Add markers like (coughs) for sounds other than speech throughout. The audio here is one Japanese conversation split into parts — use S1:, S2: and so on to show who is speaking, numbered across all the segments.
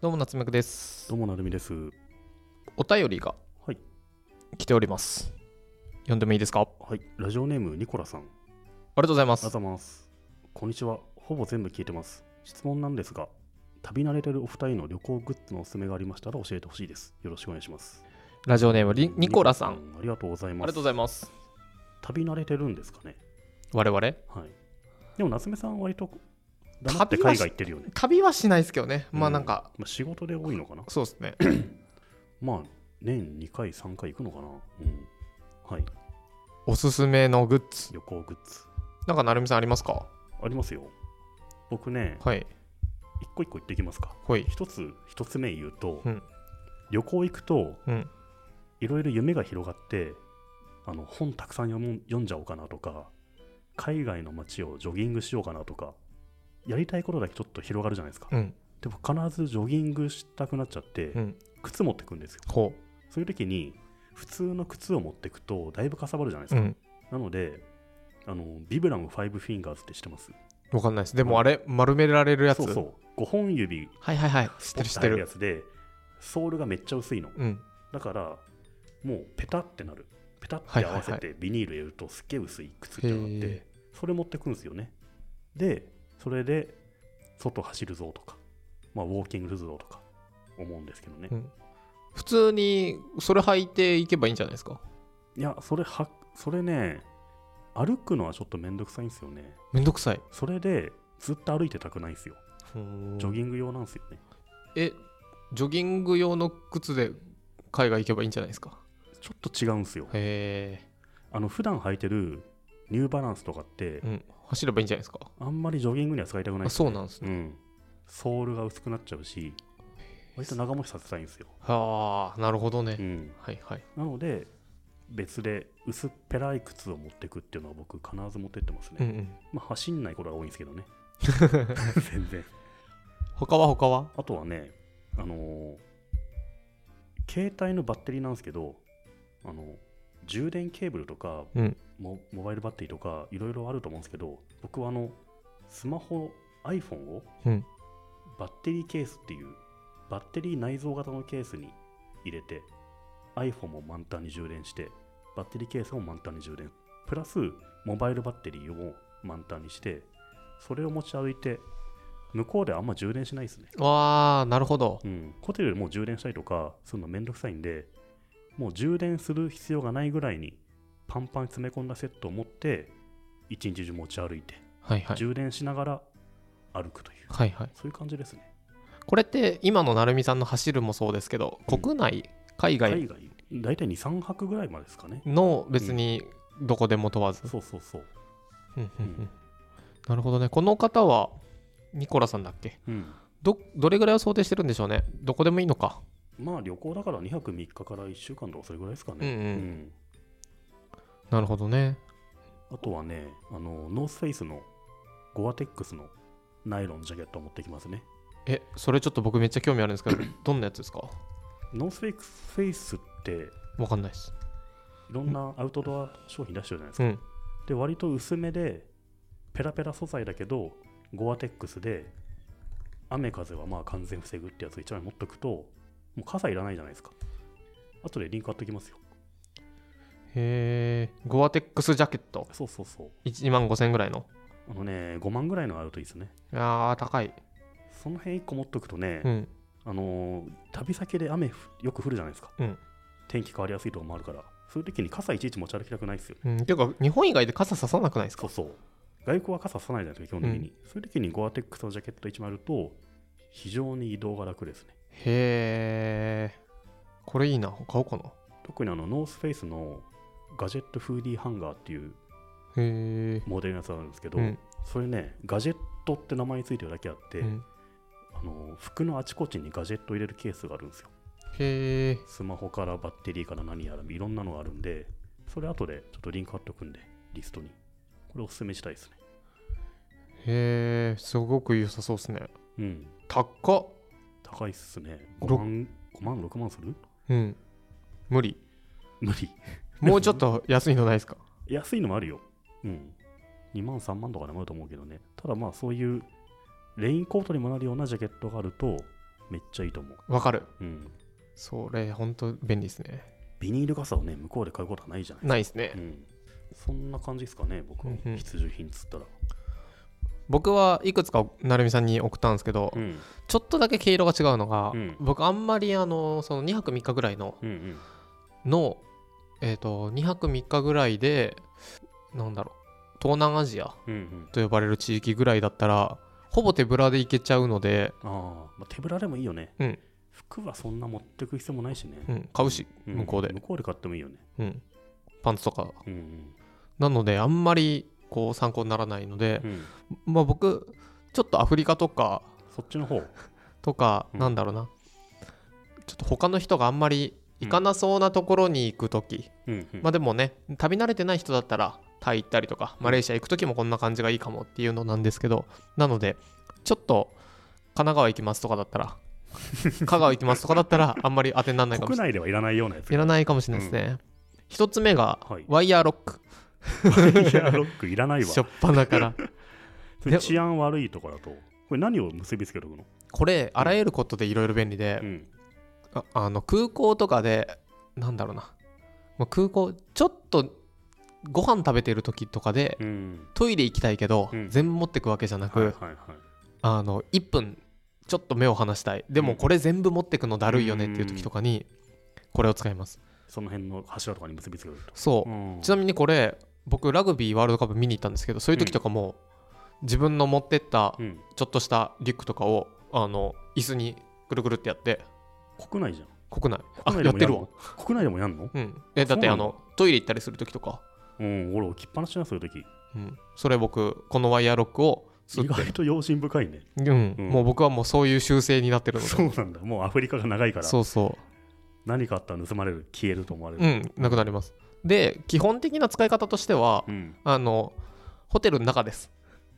S1: どうも夏目くです
S2: どうもなるみです。
S1: お便りが
S2: はい
S1: 来ております、読んでもいいですかあり
S2: はい、ラジオネームニコラさん。
S1: がとうございま
S2: あ
S1: す
S2: ざます。こんにちは。ほぼ全部聞いてます。質問なんですが、旅慣れてるお二人の旅行グッズのおすすめがありましたら教えてほしいです。よろしくお願いします。
S1: ラジオネームリニコラさんあ
S2: ニコありがとうござい
S1: り
S2: ます。
S1: がとうございます
S2: 旅慣れてるんですかね。
S1: 我々
S2: はい。でも夏目さんは割と黙って海外行ってるよね。
S1: 旅はしないですけどねまあ
S2: うん
S1: なんか、
S2: まあ、仕事で多いのかな。
S1: そうですね
S2: まあ年2回3回行くのかな。うん。はい。
S1: おすすめのグッズ
S2: 旅行グッズ
S1: なんか成美さんありますか
S2: ありますよ。僕ね、
S1: はい
S2: 一個一個言っていきますか。
S1: ほい
S2: 一つ一つ目言うと、
S1: うん
S2: 旅行行くと
S1: うん
S2: いろいろ夢が広がってあの本たくさん読む読んじゃおうかなとか海外の街をジョギングしようかなとかやりたいことだけちょっと広がるじゃないですか、
S1: うん
S2: でも必ずジョギングしたくなっちゃって、
S1: うん
S2: 靴持ってくんですよ
S1: ほ
S2: そういう時に普通の靴を持ってくとだいぶかさばるじゃないで
S1: う
S2: す
S1: うん
S2: か、なのであのビブラム5フィンガーズって知ってます
S1: わかんないですでもあれ丸められるやつ
S2: そうそう5本指持
S1: はいはいはい知って
S2: っ
S1: る
S2: て
S1: 知っ
S2: あ
S1: て
S2: るや
S1: る
S2: つでソールがめっちゃ薄いの
S1: うん
S2: だからもうペタってなるペタっ
S1: はい
S2: て
S1: は
S2: 合
S1: いはい
S2: わせてビニール入れるとすっげえ薄い靴ってなって、
S1: へえ
S2: それ持ってくんですよねでそれで外走るぞとか、まあ、ウォーキングするぞとか思うんですけどね、
S1: うん普通にそれ履いていけばいいんじゃないですか
S2: いやそれはそれね歩くのはちょっとめんどくさいんですよね
S1: めんどくさい
S2: それでずっと歩いてたくないんですよジョギング用なんですよね
S1: えジョギング用の靴で海外行けばいいんじゃないですか
S2: ちょっと違うんですよ
S1: へえ
S2: あの普段履いてるニューバランスとかって、
S1: うん走ればいいんじゃないですか
S2: あんまりジョギングには使いたくないん
S1: あ
S2: です
S1: そう
S2: よね
S1: なんですね
S2: うん、ソールが薄くなっちゃうし、割と長持ちさせたいんですよ。
S1: はあなるほどね、
S2: うん、
S1: はいはい
S2: なので、別で薄っぺらい靴を持ってくっていうのは僕、必ず持ってってますね。
S1: うんうん
S2: まあ、走んないことが多いんです
S1: (laughs)
S2: けどね。全然。
S1: 他は他は
S2: あとはね、あのー携帯のバッテリーなんですけど、あの充電ケーブルとか、
S1: うん
S2: モモバイルバッテリーとかいろいろあると思うんですけど僕はあのスマホ iPhone を
S1: うん
S2: バッテリーケースっていうバッテリー内蔵型のケースに入れて iPhone も満タンに充電してバッテリーケースも満タンに充電プラスモバイルバッテリーを満タンにしてそれを持ち歩いて向こうではあんま充電しないですね
S1: わあなるほど
S2: うん、ホテルでもう充電したりとかするのめんどくさいんで、もう充電する必要がないぐらいにパンパンに詰め込んだセットを持って、一日中持ち歩いて、
S1: はいはい
S2: 充電しながら歩くという、
S1: はいはい
S2: そういう感じですね。
S1: これって今の成美さんの走るもそうですけど
S2: うん
S1: 国内、海外
S2: 海外、大体2、3泊ぐらいまでですかね。
S1: の別にどこでも問わず、
S2: そうそうそう。
S1: うんうんうん
S2: うん
S1: なるほどねこの方はニコラさんだっけ
S2: うん、
S1: どどれぐらいを想定してるんでしょうねどこでもいいのか
S2: まあ旅行だから2泊3日から1週間とかそれぐらいですか
S1: うんうん
S2: ね。うん
S1: なるほどね
S2: あとはね、あの、ノースフェイスのゴアテックスのナイロンジャケットを持ってきますね。
S1: えそれちょっと僕めっちゃ興味あるんですけ (coughs) どどんなやつですか
S2: ノースフェイスフェイスって
S1: わかんないです
S2: いろんなアウトドア商品出してるじゃないです
S1: う
S2: か。
S1: ん
S2: で、割と薄めで、ペラペラ素材だけど、ゴアテックスで、雨風はまあ完全防ぐってやつを一枚持っとくと、もう傘いらないじゃないですか。後でリンク貼っときますよ。
S1: へえゴアテックスジャケット
S2: そうそうそう。
S1: 1万5000円ぐらいの
S2: あのね、5万ぐらいのあるといいですね。
S1: あー高い
S2: その辺1個持っとくとね、
S1: うん
S2: あのー旅先で雨ふよく降るじゃないですか。
S1: うん
S2: 天気変わりやすいとこもあるから、そういう時に傘いちいち持ち歩きたくないですよ。
S1: うん、ていうか日本以外で傘ささなくないですか
S2: そうそう。外交は傘さないじゃないですか、基本的に。そういう時にゴアテックスのジャケット1枚あると、非常に移動が楽ですね。
S1: へえこれいいな買おうかな
S2: 特にあのノースフェイスのガジェットフーディーハンガーっていう
S1: へえ
S2: モデルのやつがあるんですけど、
S1: うん
S2: それねガジェットって名前についてるだけあって、
S1: うん
S2: あの服のあちこちにガジェット入れるケースがあるんですよ
S1: へえ
S2: スマホからバッテリーから何やらいろんなのがあるんでそれ後でちょっとリンク貼っとくんでリストにこれおすすめしたいですね
S1: へえすごく良さそうですね
S2: うん
S1: 高っ
S2: 高いっすね
S1: ろ
S2: 5万5万6万する
S1: うん無理
S2: 無理
S1: もうちょっと安いのないですか
S2: 安いのもあるようん2万3万とかでもあると思うけどねただまあそういうレインコートにもなるようなジャケットがあるとめっちゃいいと思う。
S1: わかる
S2: うん。
S1: それ本当便利ですね
S2: ビニール傘をね、向こうで買うことはないじゃない
S1: ないですね
S2: うん。そんな感じですかね、僕は
S1: うんうん
S2: 必需品っつったら。
S1: 僕はいくつか成美さんに送ったんですけど、
S2: うん。
S1: ちょっとだけ毛色が違うのが、
S2: うん
S1: 僕あんまりあのその2泊3日ぐらいの
S2: うんうん。
S1: の、えー、と2泊3日ぐらいでなんだろう東南アジア
S2: うんうん。
S1: と呼ばれる地域ぐらいだったらほぼ手ぶらで行けちゃうので、
S2: ああ、まあ、手ぶらでもいいよね。
S1: うん
S2: 服はそんな持ってく必要もないしね。
S1: うん、買うし、
S2: うん
S1: 向こうで
S2: 向、こうで買ってもいいよね。
S1: うん、パンツとか
S2: うんうん。
S1: なのであんまりこう参考にならないので、
S2: うん、
S1: まあ僕ちょっとアフリカとか
S2: そっちの方。
S1: とか、
S2: うん
S1: なんだろうなちょっと他の人があんまり行かなそうなところに行く時、
S2: うんう
S1: (laughs)
S2: ん
S1: まあでもね旅慣れてない人だったらタイ行ったりとかマレーシア行く時もこんな感じがいいかもっていうのなんですけどなのでちょっと神奈川行きますとかだ
S2: (laughs)
S1: ったら香川行きますとかだったらあんまり当てにならないかも
S2: 国
S1: しれない
S2: 内ではいらないようなやつ。
S1: いらないかもしれないですね、一つ目が (laughs)
S2: はい
S1: ワイヤーロック、
S2: いや、ロックいらないわ
S1: 初。っ端から
S2: (laughs) それ治安悪いとかだと。これ何を結びつけておくの、
S1: これあらゆることでいろいろ便利で、
S2: うん、
S1: ああの空港とかでなんだろうなまあ空港ちょっとご飯食べてる時とかで
S2: うん。
S1: トイレ行きたいけど、
S2: うん
S1: 全部持ってくわけじゃなく、
S2: はいはいはい。
S1: あの1分ちょっと目を離したいで
S2: う
S1: も
S2: ん
S1: これ全部持ってくのだるいよねっていう時とかにこれを使います
S2: その辺の柱とかに結びつけると。
S1: そう、
S2: うん
S1: ちなみにこれ僕ラグビーワールドカップ見に行ったんですけどそういう時とかも、自分の持ってった
S2: うん、
S1: ちょっとしたリュックとかをあの椅子にぐるぐるってやって
S2: 国内じゃん。
S1: 国内あ
S2: 国内で
S1: やっ
S2: も
S1: て
S2: ん
S1: るわ
S2: の国内でもやんの
S1: うん、えだって
S2: そうな
S1: あ
S2: の
S1: のトイレ行ったりする時とか、
S2: うん、俺置きっぱなしな、そういう時。
S1: うん、それ僕このワイヤーロックを吸
S2: 意
S1: って、
S2: 外と用心深いね。
S1: うん
S2: うん
S1: もう僕はもうそういう習性になってるので
S2: そうなんだ。もうアフリカが長いから、
S1: そうそ
S2: 何かあったら盗まれる、消えると思われ
S1: うう
S2: る。
S1: んなくなりますで基本的な使い方としては、
S2: うん
S1: あのホテルの中
S2: (laughs)
S1: です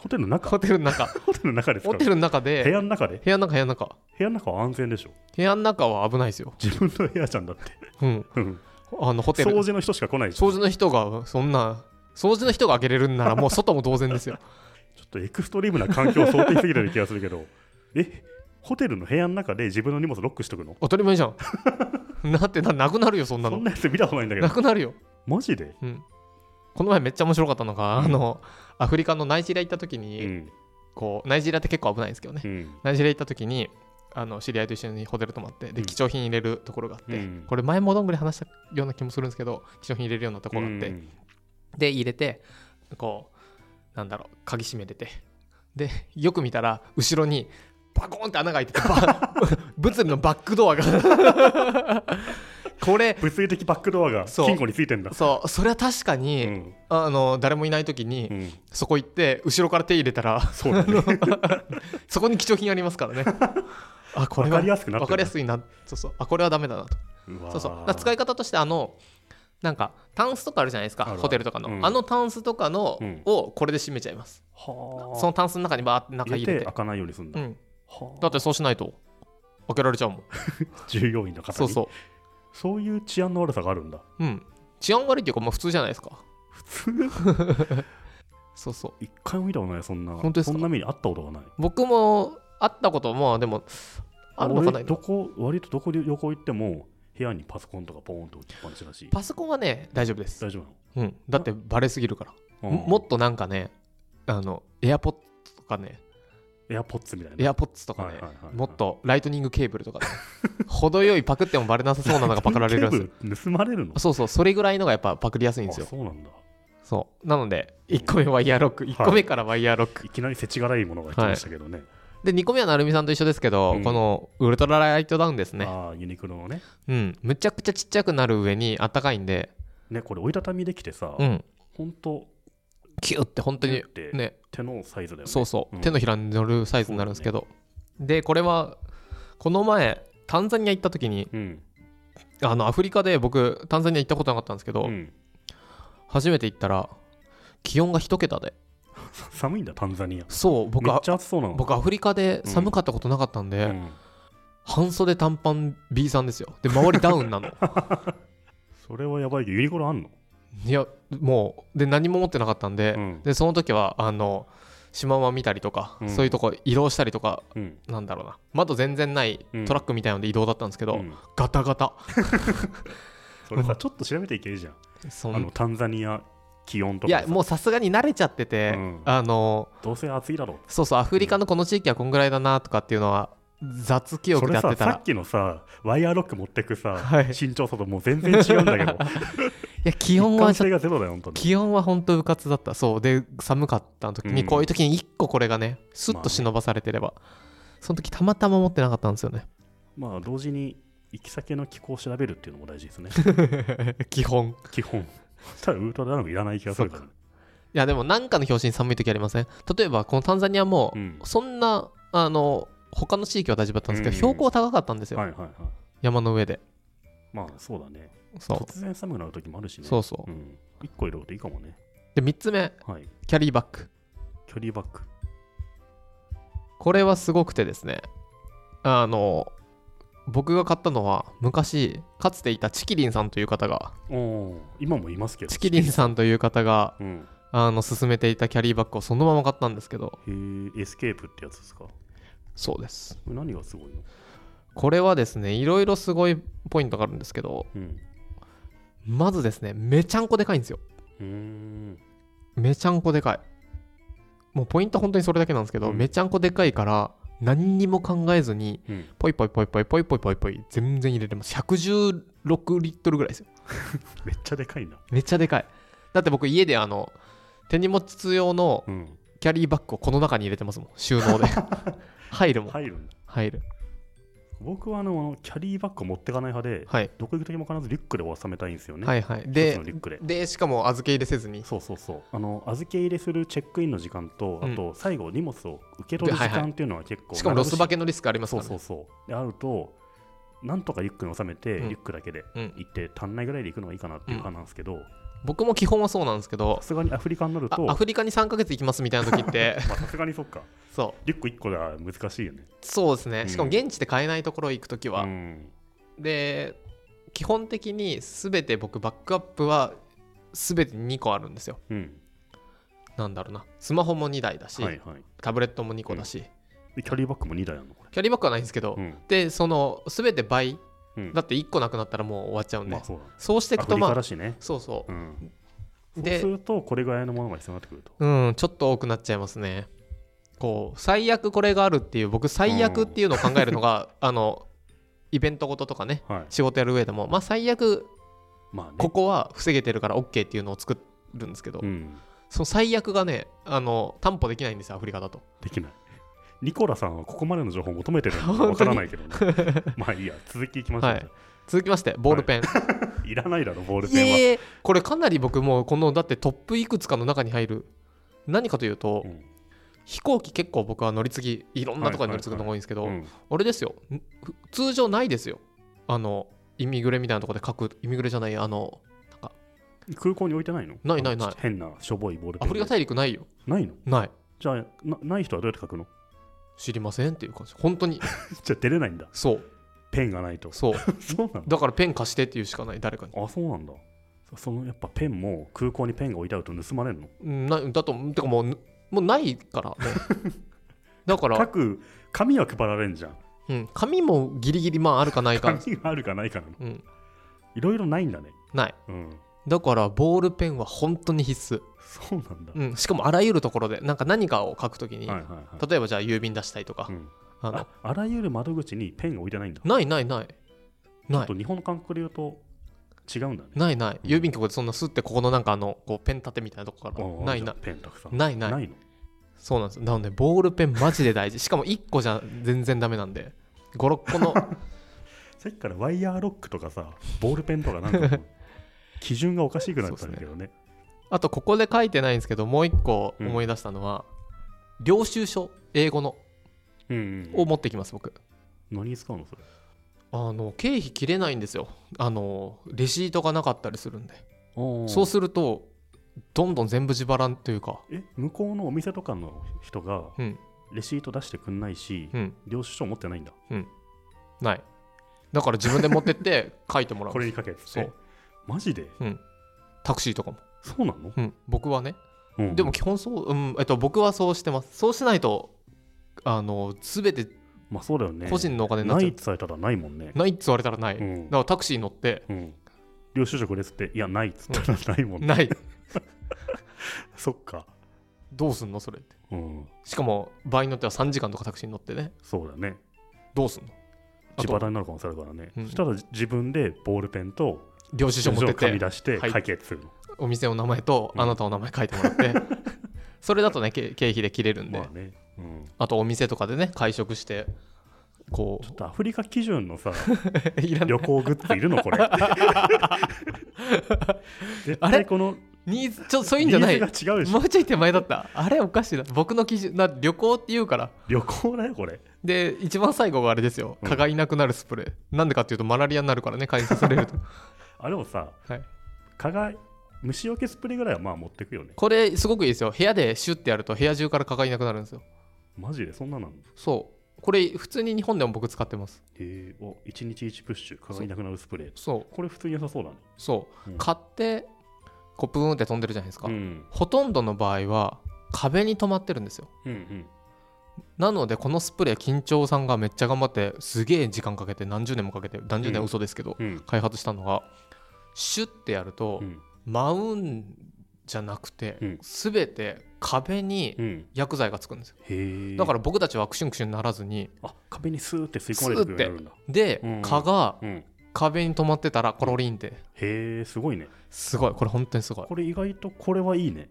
S2: ホテルの中
S1: ホテルの中
S2: ホテルの中ですか
S1: ホ
S2: ら
S1: テルの中
S2: 部
S1: で
S2: 屋の中で
S1: 部屋の中部屋の中
S2: 部屋の中は安全でしょ。
S1: 部屋の中は危ないですよ、
S2: 自分の部屋じゃんだって。
S1: うん、
S2: うん
S1: あのホテル
S2: 掃除の人しか来ないじゃん。
S1: 掃除の人がそんな掃除の人が開けれるんならもう外も同然ですよ
S2: ちょっとエクストリームな環境を想定しすぎてる気がするけど、えホテルの部屋の中で自分の荷物ロックしとくの
S1: 当たり前
S2: (laughs)
S1: じゃんなってななくなるよそんな
S2: そん
S1: の
S2: なやつ見たことないんだけど
S1: な、くなるよ
S2: マジで、
S1: うん、この前めっちゃ面白かったのが、
S2: うん
S1: あのアフリカのナイジェリア行った時
S2: う
S1: に、
S2: ん
S1: こうナイジェリアって結構危ないんですけどね、
S2: うん、
S1: ナイジェリア行った時にあの知り合いと一緒にホテル泊まって
S2: う
S1: で
S2: ん
S1: 貴重品入れるところがあって、
S2: うん
S1: これ前もどんぐり話したような気もするんですけど貴重品入れるようなところがあって、
S2: うん
S1: で入れてこうなんだろう鍵閉めててでよく見たら後ろにバコーンって穴が開いてて
S2: (laughs)
S1: バ物理のバックドアがこれ
S2: 物理的バックドアが
S1: そう
S2: 金庫についてんだ。
S1: そうそれは確か
S2: う
S1: に、
S2: ん
S1: あの誰もいない時に、
S2: うん、
S1: そこ行って後ろから手入れたら
S2: (laughs) そ
S1: (laughs)
S2: うだね。
S1: そこに貴重品ありますからねあこ
S2: わ
S1: れ
S2: か
S1: は
S2: りやすくなって
S1: 分かりやすいなそうそうあこれはダメだなとそうそうだから使
S2: い
S1: い方としてあのなんかタンスとかあるじゃないですか
S2: あるある
S1: ホテルとかの、
S2: うん
S1: あのタンスとかの、
S2: うん
S1: をこれで閉めちゃいます
S2: はあ
S1: そのタンスの中にバーって中入れ
S2: 入
S1: て
S2: れて開かないようにするんだ。
S1: うん、
S2: はあ
S1: だってそうしないと開けられちゃうもん
S2: 従業員の方に
S1: そう
S2: そう
S1: そ
S2: いう治安の悪さがあるんだ。
S1: ううん治安悪いっていうかまあ普通じゃないですか
S2: 普通、
S1: そうそう
S2: 一回も見たことない、そんな。
S1: 本当ですか
S2: そんな目にあったことがない。
S1: 僕も会ったことまあでもあるのかない
S2: 俺ど
S1: の
S2: こ割とどこで旅行行っても部屋にパソコンとかポーンと置きっぱなしだし
S1: パソコンはね大丈夫です、
S2: 大丈夫なの
S1: うん、だってバレすぎるから
S2: うん
S1: もっとなんかねあのエアポッツとかね
S2: エアポッツみたいな
S1: エアポッツとかね、
S2: はいはいはいはい
S1: もっとライトニングケーブルとかね程よいパクってもバレなさそうなのがパクられるんです
S2: (laughs)
S1: よ
S2: ケーブル盗まれるの
S1: そうそうそれぐらいのがやっぱパクりやすいんです
S2: あ
S1: よ
S2: そうなんだ
S1: そうなので1個目ワイヤーロック1個目からワイヤーロック、
S2: いきなり世知辛いものが来ましたけどね、
S1: で2個目は成美さんと一緒ですけど、
S2: うん
S1: このウルトラライトダウンですね
S2: ああユニクロのね
S1: うんむちゃくちゃちっちゃくなる上にあったかいんで
S2: ねこれ折りたたみできてさ、
S1: うん
S2: ほんと
S1: キュッて本当に
S2: って
S1: ね
S2: 手のサイズだよね
S1: そうそう、
S2: うん
S1: 手のひらに乗るサイズになるんですけど、でこれはこの前タンザニア行った時に
S2: うん
S1: あのアフリカで僕タンザニア行ったことなかったんですけど、
S2: うん、
S1: 初めて行ったら気温が一桁で
S2: 寒いんだタンザニア
S1: そう僕
S2: めっ
S1: は
S2: ちゃ暑そうなの
S1: 僕アフリカで寒かったことなかったんで、
S2: うん
S1: 半袖短パン B さんですよで周りダウンなの
S2: それはやばいけどユニクロあんの
S1: いやもうで何も持ってなかったんで、
S2: うん
S1: でその時はあのシマウマ見たりとか、
S2: うん
S1: そういうとこ移動したりとか
S2: うん
S1: なんだろうな窓全然ない
S2: うん
S1: トラックみたいので移動だったんですけど、
S2: うん
S1: ガタガタ
S2: それさちょっと調べていけるじゃん
S1: そん
S2: あのタンザニア気温と
S1: い
S2: かさ
S1: やもうさすがに慣れちゃってて、
S2: うん
S1: あの
S2: どうせ暑いだろう
S1: そうそうアフリカのこの地域はこんぐらいだなとかっていうのは雑記
S2: そ
S1: 憶でや
S2: れ
S1: っ
S2: さ
S1: てた
S2: さ
S1: ら
S2: っきのさワイヤーロック持ってくさ、
S1: はい
S2: 身長差ともう全然違うんだけ
S1: (laughs)
S2: ど
S1: いや気温は
S2: 一貫
S1: ちょっと
S2: 性がゼロだよ本当に
S1: 気温は本当うかつだったそうで寒かった時に、
S2: うん
S1: こういう時に1個これがねスッと忍ばされてれば、その時たまたま持ってなかったんですよね
S2: まあ同時に行き先の気候を調べるっていうのも大事です
S1: (laughs)
S2: ね
S1: 基本
S2: 基本ただウルトラダムいらない気がするからね
S1: いやでもなんかの表紙に寒い時ありません例えばこのタンザニアも
S2: うん
S1: そんなあの他の地域は大丈夫だったんですけど、
S2: うん
S1: 標高は高かったんですよ、
S2: はいはいはい
S1: 山の上で
S2: まあそうだね
S1: そう
S2: 突然寒くなる時もあるしね、
S1: そうそう
S2: ん、1個入れるといいかもね
S1: うで3つ目
S2: はい
S1: キャリーバッグ
S2: キャリーバッグ
S1: これはすごくてですねあの僕が買ったのは昔かつていたチキリンさんという方が
S2: おー今もいますけど
S1: チキリンさんという方が
S2: うん
S1: あの勧めていたキャリーバッグをそのまま買ったんですけど
S2: へーエスケープってやつですかこ
S1: そうです
S2: れ何がすごいの
S1: これはですねいろいろすごいポイントがあるんですけど
S2: うん
S1: まずですねめちゃんこでかいんですよ
S2: うーん
S1: めちゃんこでかいもうポイントは本当にそれだけなんですけど、
S2: うん
S1: めちゃんこでかいから何にも考えずに
S2: うん
S1: ポイポイポイポイポイポイポイポイ全然入れてます116リットルぐらいですよ
S2: めっちゃでかいな
S1: めっちゃでかいだって僕家であの手荷物用の
S2: うん
S1: キャリーバッグをこの中に入れてますもん収
S2: (laughs)
S1: 納で入るもん
S2: 入るんだ
S1: 入る
S2: 僕はあのキャリーバッグを持ってかない派で
S1: はい
S2: どこ行く時も必ずリュックで収めたいんですよね、
S1: はいはい
S2: 一つ
S1: で
S2: のリュックで
S1: でしかも預け入れせずに
S2: そうそうそうあの預け入れするチェックインの時間と、
S1: うん
S2: あと最後荷物を受け取る時間っていうのは結構
S1: しかもロス化
S2: け
S1: けのリスクあります
S2: そ
S1: か
S2: う
S1: ら、ね、
S2: そうそうであるとなんとかリュックに収めて、
S1: うん
S2: リュックだけで
S1: うん
S2: 行って足んないぐらいで行くのがいいかなっていう派なんですけど
S1: 僕も基本はそうなんですけど
S2: さすがにアフリカになる
S1: あ
S2: と
S1: アフリカに3ヶ月行きますみたいな時って
S2: (laughs) まあさすがにそっか
S1: そう
S2: リュック1個では難しいよね
S1: そうですね、
S2: うん
S1: しかも現地で買えないところ行くときは、
S2: うん
S1: で基本的に全て僕バックアップは全て2個あるんですよ
S2: うん
S1: なんだろうなスマホも2台だし、
S2: はいはい
S1: タブレットも2個だし、
S2: でキャリーバッグも2台あるのこ
S1: キャリーバッグはないんですけど、
S2: れうん
S1: でその全て倍
S2: うん
S1: だって1個なくなったらもう終わっちゃうんで、
S2: まあそうだ
S1: そうしてい
S2: ア
S1: く
S2: フ
S1: と
S2: リ
S1: ま
S2: カ
S1: あ
S2: だしね
S1: そうそ
S2: うん
S1: う
S2: そうす
S1: で
S2: るとこれぐらいのものが必要になってくると
S1: うんちょっと多くなっちゃいますねこう最悪これがあるっていう僕最悪っていうのを考えるのが、 (laughs) あのイベントごととかね
S2: はい
S1: 仕事やる上でもまあ最悪
S2: まあね
S1: ここは防げてるから OK っていうのを作るんですけど、
S2: うん
S1: その最悪がねあの担保できないんですよアフリカだと
S2: できない (laughs) ニコラさんはここまでの情報を求めてるの
S1: 本
S2: か
S1: 当に
S2: わからないけどね
S1: (laughs)
S2: まあいいや続きいきましょう、
S1: はい続きましてボールペン、
S2: い、らないだろボール
S1: い
S2: ペンは、
S1: えーこれかなり僕もうこのだってトップいくつかの中に入る何かというと、
S2: うん
S1: 飛行機結構僕は乗り継ぎいろんなとこに乗り継ぐのが多いんですけど、
S2: うん
S1: あれですよんふ通常ないですよあのイミグレみたいなとこで書くイミグレじゃないあの
S2: 空港に置いてないの
S1: ないないない
S2: 変なしょぼいボールペ
S1: ア
S2: ン
S1: フリカ大陸ないよ
S2: ないの
S1: ない
S2: じゃあなない人はどうやって書くの (laughs)
S1: 知りませんっていう感じ本当に
S2: じゃあ出れないんだ
S1: そう
S2: ペンがな
S1: (laughs)
S2: いと
S1: そう
S2: そうなんだ
S1: だからペン貸してっていうしかない誰かに
S2: あそうなんだそのやっぱペンも空港にペンが置いてあると盗まれるの
S1: うんなだとてかもうぬもうないからねだ (laughs) か
S2: 書
S1: ら、
S2: く紙は配られん
S1: (laughs)
S2: じゃん
S1: うん、紙もギリギリまああるかないか、
S2: 紙があるかないかなの
S1: うん、
S2: いろいろないんだね
S1: ない
S2: うん
S1: だからボールペンは本当に必須、
S2: そうなんだ、
S1: うん、しかもあらゆるところでなんか何かを書くときに、
S2: はいはいはい
S1: 例えばじゃあ郵便出したいとか、
S2: うん
S1: あの
S2: ああらゆる窓口にペンが置いてないんだ。
S1: ないないないな
S2: あ
S1: い
S2: と日本の感覚で言うと違うんだね。
S1: ないない
S2: うん
S1: 郵便局でそんなすってここのなんかあのこうペン立てみたいなとこか
S2: あ
S1: ら
S2: ー
S1: ない
S2: じゃ
S1: な
S2: あ
S1: い
S2: ペンたくさん。
S1: ないない
S2: の。
S1: そうなんですなのでボールペンマジで大事しかも1個じゃ全然ダメなんで56個の
S2: (laughs) さっきからワイヤーロックとかさ、ボールペンとかなんかも
S1: (laughs)
S2: う基準がおかしくなったんだけどね。
S1: あとここで書いてないんですけどもう1個思い出したのは、領収書英語の
S2: うんう
S1: を
S2: ん。
S1: 持ってきます僕
S2: 何に使うのそれ。
S1: あの経費切れないんですよあのレシートがなかったりするんでそ
S2: そう
S1: するとどんどん全部自腹というか
S2: え向こうのお店とかの人が
S1: うん
S2: レシート出してくんないし、
S1: うん
S2: 領収書持ってないんだ。
S1: ないだから自分で持ってって (laughs) 書いてもらう
S2: これにかけて。
S1: そう。
S2: マジで
S1: タクシーとかも
S2: そうなの
S1: うん、僕はね、
S2: うん
S1: でも、基本そう、うんえっと、僕はそうしてますそうしないとあの全て
S2: まあそうだよね。
S1: 個人のお金にな
S2: な
S1: っちゃ、
S2: いうって言われたらないもんね。
S1: ないって言われたらない、
S2: う
S1: だ
S2: ん
S1: か。らタクシー乗って
S2: うん。領収書くれっつって、いや、ないっつったらないもんね。
S1: ない
S2: そっか。
S1: どうすんのそれって
S2: うん。
S1: しかも場合によっては3時間とかタクシーに乗ってね
S2: そうだね。
S1: どうすんのあ
S2: 自
S1: と
S2: 腹になる可能性あるからね。
S1: うん
S2: そしたら自分でボールペンと、
S1: 領収書持ってっ
S2: 紙
S1: て
S2: 出して
S1: はい
S2: 解決するの。
S1: お店の名前と
S2: うん
S1: あなたの名前書いてもら
S2: (laughs)
S1: って、それだとねけ経費で切れるんで、
S2: まあね。うん。
S1: あとお店とかでね会食してこ
S2: ちょっとアフリカ基準のさ、
S1: ういらない
S2: 旅行グ (laughs) ッズい
S1: (laughs)
S2: るのこれ。絶
S1: あれ
S2: 対この
S1: ニーズちょっとそういうん
S2: ニ
S1: じゃない
S2: ーズが違うでし
S1: も
S2: ょ。
S1: うちょい手前だったあれおかしいな僕の基準な旅行って言うから
S2: 旅行だよ、これ。
S1: で一番最後があれですよ
S2: うん
S1: 蚊がいなくなるスプレー、なんでかっていうとマラリアになるからね解除され
S2: (laughs)
S1: ると
S2: あ、でもさ、
S1: はい
S2: 蚊が虫除けスプレーぐらいはまあ持ってくよね。
S1: これすごくいいですよ部屋でシュッてやると部屋中から蚊がいなくなるんですよ
S2: マジでそんななの
S1: そうこれ普通に日本でも僕使ってます
S2: えー、お1日1プッシュ、蚊がいなくなるスプレー。
S1: そう
S2: これ普通に良さそうだね。
S1: そう、
S2: うん
S1: 買ってこうプーンって飛んでるじゃないですか、
S2: うん。
S1: ほとんどの場合は壁に止まってるんですよ
S2: うんうん。
S1: なのでこのスプレー緊張さんがめっちゃ頑張ってすげえ時間かけて何十年もかけて何十年は嘘ですけど、
S2: うん。
S1: 開発したのがシュッてやると、
S2: うん。
S1: マウンじゃなくて、
S2: うん
S1: 全て壁に
S2: うん。
S1: 薬剤がつくんですよ
S2: へえ。
S1: だから僕たちはクシュンクシュンならずに
S2: ら、あ、壁にスーって吸い込まれてくるようになるんだ。
S1: で、
S2: うん
S1: 蚊が
S2: うん。
S1: 壁に止まってたらコロリンって
S2: へえ、すごいね。
S1: すごいこれ本当にすごい
S2: これ意外とこれはいい (laughs) ね。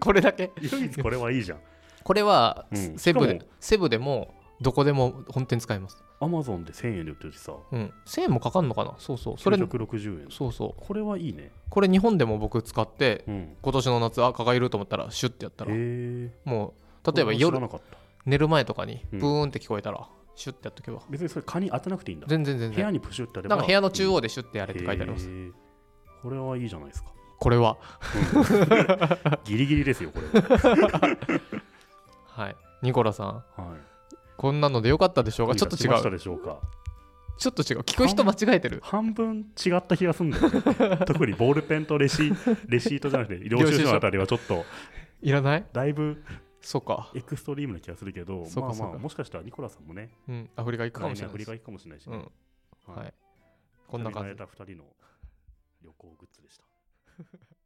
S1: これだけ
S2: 唯一これはいいじゃん。
S1: これは、
S2: うん
S1: セブ
S2: し
S1: で
S2: か
S1: セブでもどこでも本店使えます、
S2: アマゾンで1000円で売ってるしさ、
S1: うん、1000円もかかんのかなそうそうそれ
S2: 960円。
S1: そうそう
S2: これはいいね。
S1: これ日本でも僕使って
S2: うん。
S1: 今年の夏あ蚊がいると思ったらシュッてやったら
S2: へえ。
S1: もう例えば
S2: これは知
S1: 夜
S2: らなかった。
S1: 寝る前とかに
S2: う
S1: ブ
S2: ん
S1: ーンって聞こえたらシュッてやっとけば
S2: 別にそれ蚊に当てなくていいんだ。
S1: 全然全
S2: 部屋
S1: 然
S2: にプシュってあれば。
S1: なんか部屋の中
S2: うん
S1: 央でシュッてやれって書いてあります
S2: へーこれはいいじゃないですか。
S1: これは
S2: ギリギリですよ、こ
S1: (laughs)
S2: れは。
S1: はいニコラさん
S2: はい。
S1: こんなのでよかったでしょうかちょっと違
S2: いかがしました
S1: う
S2: でしょうか。
S1: ちょっと違う聞く人間違えてる
S2: 半分違った気がするんだよね。
S1: (laughs)
S2: 特にボールペンとレシレシートじゃなくて、領収書のあたりはちょっと、
S1: いらない
S2: だいぶ
S1: そうか
S2: エクストリームな気がするけど、
S1: そう
S2: ま
S1: か
S2: あ
S1: そう
S2: ま
S1: か
S2: あ、もしかしたらニコラさんもね、
S1: うんアフリカ行くかもしれない
S2: 振
S1: で
S2: り
S1: す
S2: 返りかもしれないし
S1: う
S2: ね。
S1: んはいこんな感じ
S2: 旅行グッズでした。旅行グッズでした。